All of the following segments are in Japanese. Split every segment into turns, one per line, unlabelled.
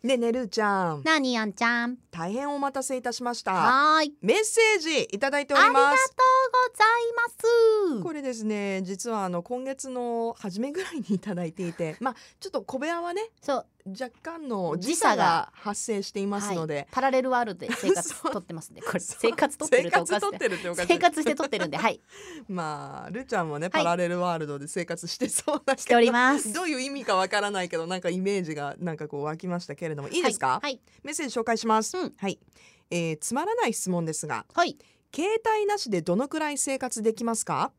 ねえねるちゃん
なあにあんちゃん。
大変お待たせいたしました
はーい。
メッセージいただいてお
あ
り
りがとうござ
ま
い
す
ます。
これですね実はあの今月の初めぐらいにいただいていてまあちょっと小部屋はね
そう、
若干の時
時
差
差が
が発生していますので、
パラレルワールドで生活
そう
とってますんで、これ
そう
生活とってるとおか
生活
し
と
い
っ。てるっておかしい
生活してとってるんで、はい、
まあるちゃんもね、パラレルワールドで生活してそうだけど
しております。
どういう意味かわからないけどなんかイメージがなんかこう湧きましたけれどもい
い
いですか、
はい、
メッセージ紹介します、
うん
はい、えーつまらない質問ですが
はい。
携帯なしでどのくらい生活できますか、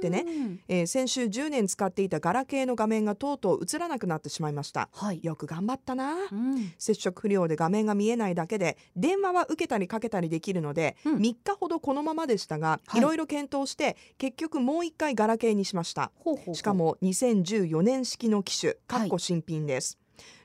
でね
うーん。
えー先週10年使っていたガラケーの画面がとうとう映らなくなってしまいました
はい。
よく頑張ったな
うん。
接触不良で画面が見えないだけで電話は受けたりかけたりできるので、
うん
3日ほどこのままでしたが、
はい
いろいろ検討して結局もう一回ガラケーにしました
ほうほうほう。
しか。も2014年式の機種かっこ新品です、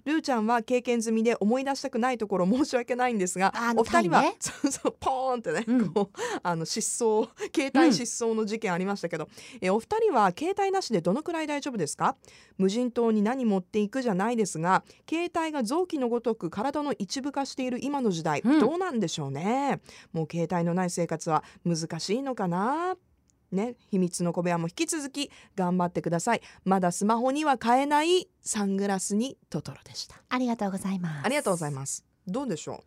ルーちゃんは経験済みで思い出したくないところ申し訳ないんですが
あー
お二人は、
タイね
そうそうポーンってね、
うん
こうあの失踪携
う
帯
ん
失踪の事件ありましたけど、えお二人は携帯なしでどのくらい大丈夫ですか無人島に何持っていくじゃないですが携帯が臓器のごとく体の一部化している今の時代、
うん
どうなんでしょうねもう携帯のない生活は難しいのかなね、秘密の小部屋も引き続き頑張ってくださいまだスマホには買えないサングラスにトトロでした
ありがとうございます。
ありがとうござい
ま
ますどうでしょ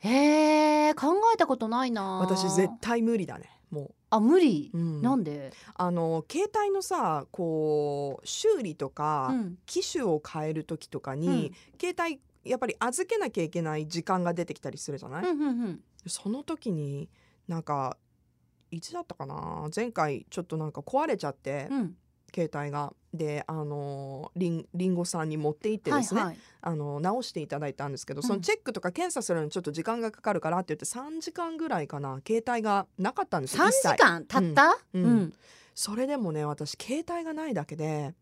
す。へえ、考えたことないな
う
あ。
私絶対無理だねも
あ、無理
う、。うん
なんで。
あの携帯のさこう修理とか、
うん。
機種を変える時とかに、携帯やっぱり預けなきゃいけない時間が出てきたりするじゃない、
うんうんうん。
その時になんかいつだったかな前回ちょっとなんか壊れちゃって、
うん。
携帯がであのりんりんごさんに持って行ってですね、
はいはい。
あの直していただいたんですけど
うん
そのチェックとか検査するのにちょっと時間がかかるからって言って3時間ぐらいかな携帯がなかったんですよ
三
一切
時間たった。
うん
う
うん
ん。
それでもね私携帯がないだけで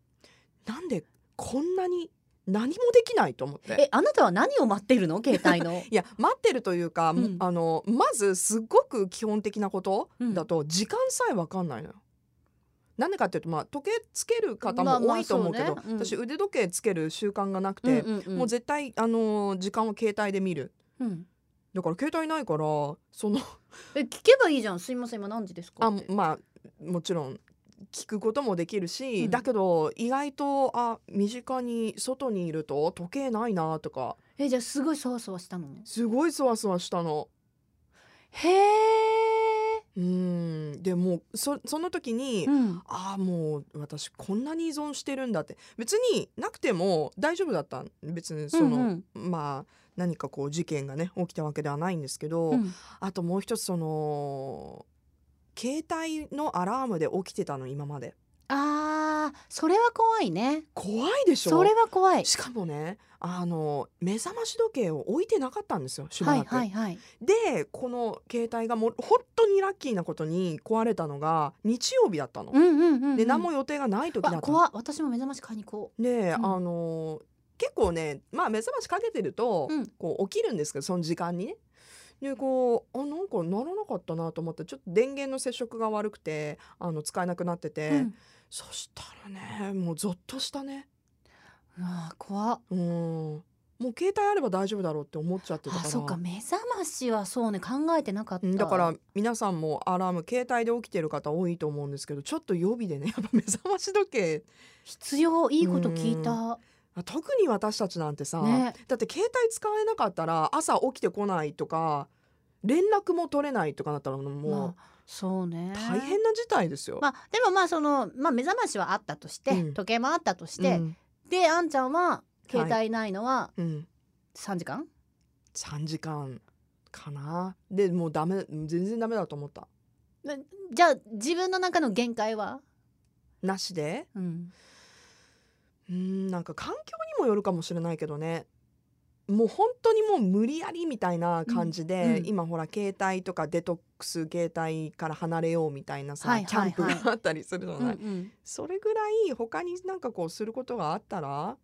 なんでこんなに何もできないと思って。
え、あなたは何を待ってるの、携帯の。
いや待ってるというか、もう
うん
あのまずすごく基本的なこと
うん
だと時間さえ分かんないのよ。なんでかっていうと、まあ、時計つける方
まあま
も
あ
多いと思うけど、
そうねうん
私腕時計つける習慣がなく
うん
て、
うんうん。
もう絶対あの時間を携帯で見る
うん。
だから携帯ないからその
え聞けばいいじゃん。すいません今何時ですか
あ
って。
まあもちろん聞くこともできるし、
うん
だけど意外とあ身近に外にいると時計ないなとか
えじゃあすごいそわそわしたのね。
すごいそわそわしたの。
へえ。
うんでもうそその時に、
うん。
ああもう私こんなに依存してるんだって別になくても大丈夫だったん別にその、
うん
まあ何かこう事件がね起きたわけではないんですけど、
うんうん
あともう一つその携帯のアラームで起きてたの今まで
ああそれは怖いね。
怖いでしょ
それは怖い。
しかもねあの目覚まし時計を置いてなかったんですよしば
は
ら
い
く、
はいはい。
でこの携帯がもう本当にラッキーなことに壊れたのが日曜日だったの、
うんうんうんうん。
で何も予定がない時だった
わ
の
怖っ。私も目覚まし買いに行こ
で、
うん
あの結構ね、まあ、目覚ましかけてると、
うん
こう起きるんですけどその時間にね。でこうあなんかならなかったなと思ってちょっと電源の接触が悪くてあの使えなくなって
う。
て、
うん。
そしたらねもうゾッとしたね
うわー怖っ。
うんもう携帯あれば大丈夫だろうって思っちゃってた
あ
から
そっか目覚ましはそうね考えてなかっ
う
た。
んだから皆さんもアラーム携帯で起きてる方多いと思うんですけどちょっと予備でねや っぱ目覚まし時計
必要いいこと聞いた。
あ特に私たちなんてさ、
ね。
だって携帯使えなかったら朝起きてこないとか連絡も取れないとかなったらも
まあそうね
う。大変な事態ですよ。
まあでもまあそのまあ目覚ましはあったとして、
うん
時計もあったとし
う
て、
ん
であんちゃんは携帯ないのは
うん、
3時間、
3時間かなでもうダメ全然ダメだと思った。
なじゃあ自分の中の限界は、
なしで
うん、
うんなんか環境にもよるかもしれないけどねもう本当にもう無理やりみたいな感じで、
うんうん
今ほら携帯とかデトックス携帯から離れようみたいなさ、
はいはいはい
キャンプがあったりするじゃ
う
なんい。
うん
それぐらい他になんかこうすることがあったら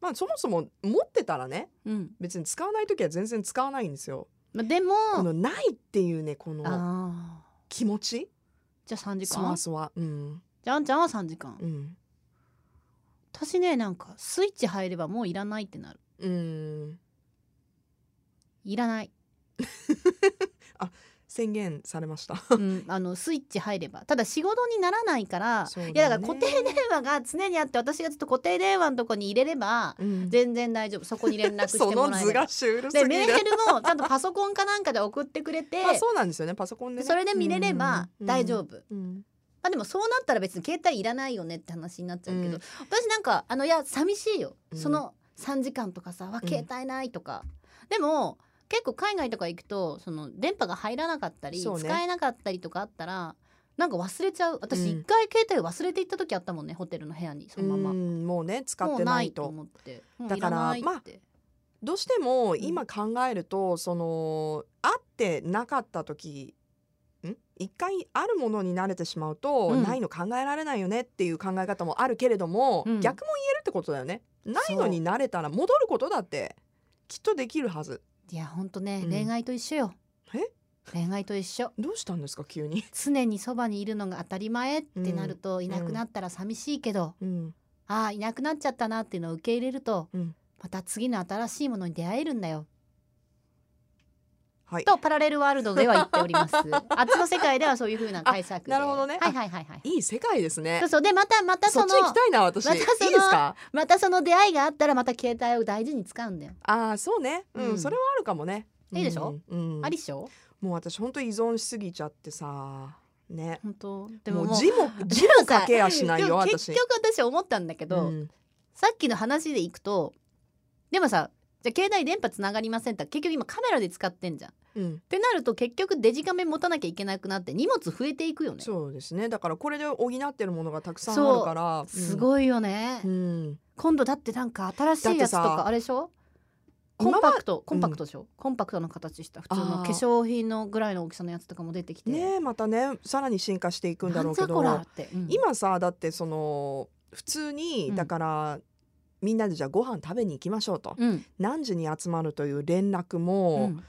まあそもそも持ってたらね
うん
別に使わない時は全然使わないんですよ。
まあ、でも
このないっていうねこの
あ
気持ち
ーじゃあ3時
そわ
間
そわうん
じゃああんちゃんは3時間
うん
私ねなんかスイッチ入ればもういらないってなる
うん
い らない、
宣言されました
うん、あのスイッチ入ればただ仕事にならないから、いやだから固定
定で、
電話が常にあって私がちょっと固定電話のとこに入れれ ば
うん
全然大丈夫そこに連絡し
そ
ても
の
らえ
図
れば
がシュ ールすぎ
で
る
メールもちゃんとパソコンかなんかで送ってくれて
あそうなんですよねパソコンで、ね、
それで見れれば大丈夫、
うん、うん
まあでもそうなったら別に携帯いらないよねって話になっちゃうけど、
うん
私なんかあのいや寂しいよ、
うん
その3時間とかさわ
うん
携帯ないとか、でも結構海外とか行くとその電波が入らなかったり、
そうね
使えなかったりとかあったらなんか忘れちゃう私
うん
一回携帯忘れて行った時あったもんねホテルの部屋にそのまま、
うんもうね使っ
も
て
う
な
ないいと
と
思ってもう
だから
いないって
まあどうしても
ん
今考えると、その会ってなかった時ん一回あるものに慣れてしまうと、
うん
ないの考えられないよねっていう考え方もあるけれども、
うん
逆も言えるってことだよねないのに慣れたら戻ることだってきっとできるはず
いやほんとね、
うん
恋愛と一緒よ
え
恋愛と一緒
どうしたんですか急に、
常にそばにいるのが当たり前ってなると、いなくなったら寂しいけど、
うん、
ああいなくなっちゃったなっていうのを受け入れると、
うん
また次の新しいものに出会えるんだよ
はい
とパラレルワールドでは言っております あっちの世界ではそういう風な解釈で
あなるほどね
はいはいはいはい
いい世界ですね
そうそうでまたまた
そっ
その
ち行きたいな私、
ま
い
た
いで
その
すか
またその出会いがあったらまた携帯を大事に使うんだよ、
ああそうねうん、
うん
それはあるかもね
いいでしょ、
うんうん
ありっしょ
もう私本当依存しすぎちゃってさね
本当 で
も
も
う
もう
字も字も書けやしない
で
よ
も
私
結局私思ったんだけど、
うん
さっきの話でいくとでもさじゃあ携帯電波つながりませんって結局今カメラで使ってんじゃんっ
うん、
てなると結局デジカメ持たなきゃいけなくなって荷物増えていくよね
そうですねだからこれで補ってるものがたくさんあ
そう
るから
す
い、
ごいよね、
うん、
今度だってなんか新しいやつと
だってさ
かあれでしょコ
今は
ンパクトコンパクトでしょ、コンパクトの形した普通の
あー
化粧品のぐらいの大きさのやつとかも出てきて、
ねえまたねさらに進化していくんだ
な
ろ
ん
う
じ
け
ゃ
ど
こらって、うん
今さだってその普通に、
うん
だからみんなでじゃあご飯食べに行きましょうと、
うん
何時に集まるという連絡
う
も、
ん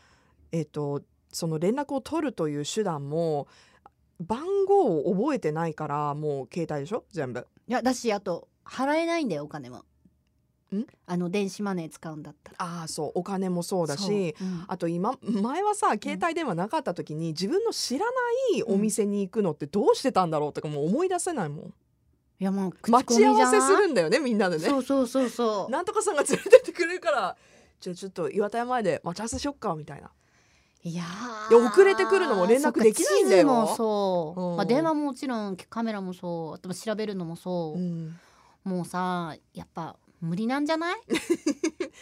えっとその連絡を取るという手段も番号を覚えてないからもう携帯でしょ全部
いやだしあと払えないんだよお金も
ん
あの電子マネー使うんだったら
ああそうお金もそうだし
そううん
あと今前はさ携帯電話なかった時に、自分の知らないお店に行くのってどうしてたんだろうとかもう思い出せないもん
いやもう口コミ
待ち
じゃ
合
ない
わせするんだよねみんなでね
そうそうそうそう
なんとかさんが連れてってくれるからじゃあちょっと岩田屋前で待ち合わせしよっかみたいない
や
で
ー
遅れてくるのも連絡できないんだよ
そっか地図もそう、
うん
まあ、電話ももちろんカメラもそうあと調べるのもそう、
うん
もうさやっぱ無理なんじゃないい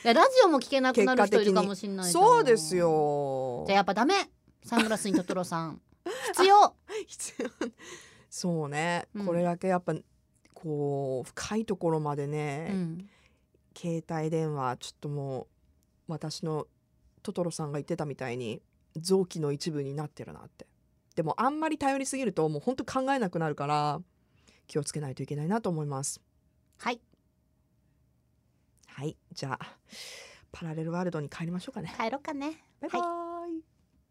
やラジオも聞けなくなる人いるかもしれないじゃん
そうですよ
じゃあやっぱダメサングラスにトトロさん 必要
必要そうね、
うん
これだけやっぱこう深いところまでね、
うん
携帯電話ちょっともう私のトトロさんが言ってたみたいに臓器の一部になってるなってでもあんまり頼りすぎるともう本当考えなくなるから気をつけないといけないなと思います
はい
はいじゃあパラレルワールドに帰りましょうかね
帰ろうかね
バイバイ、
は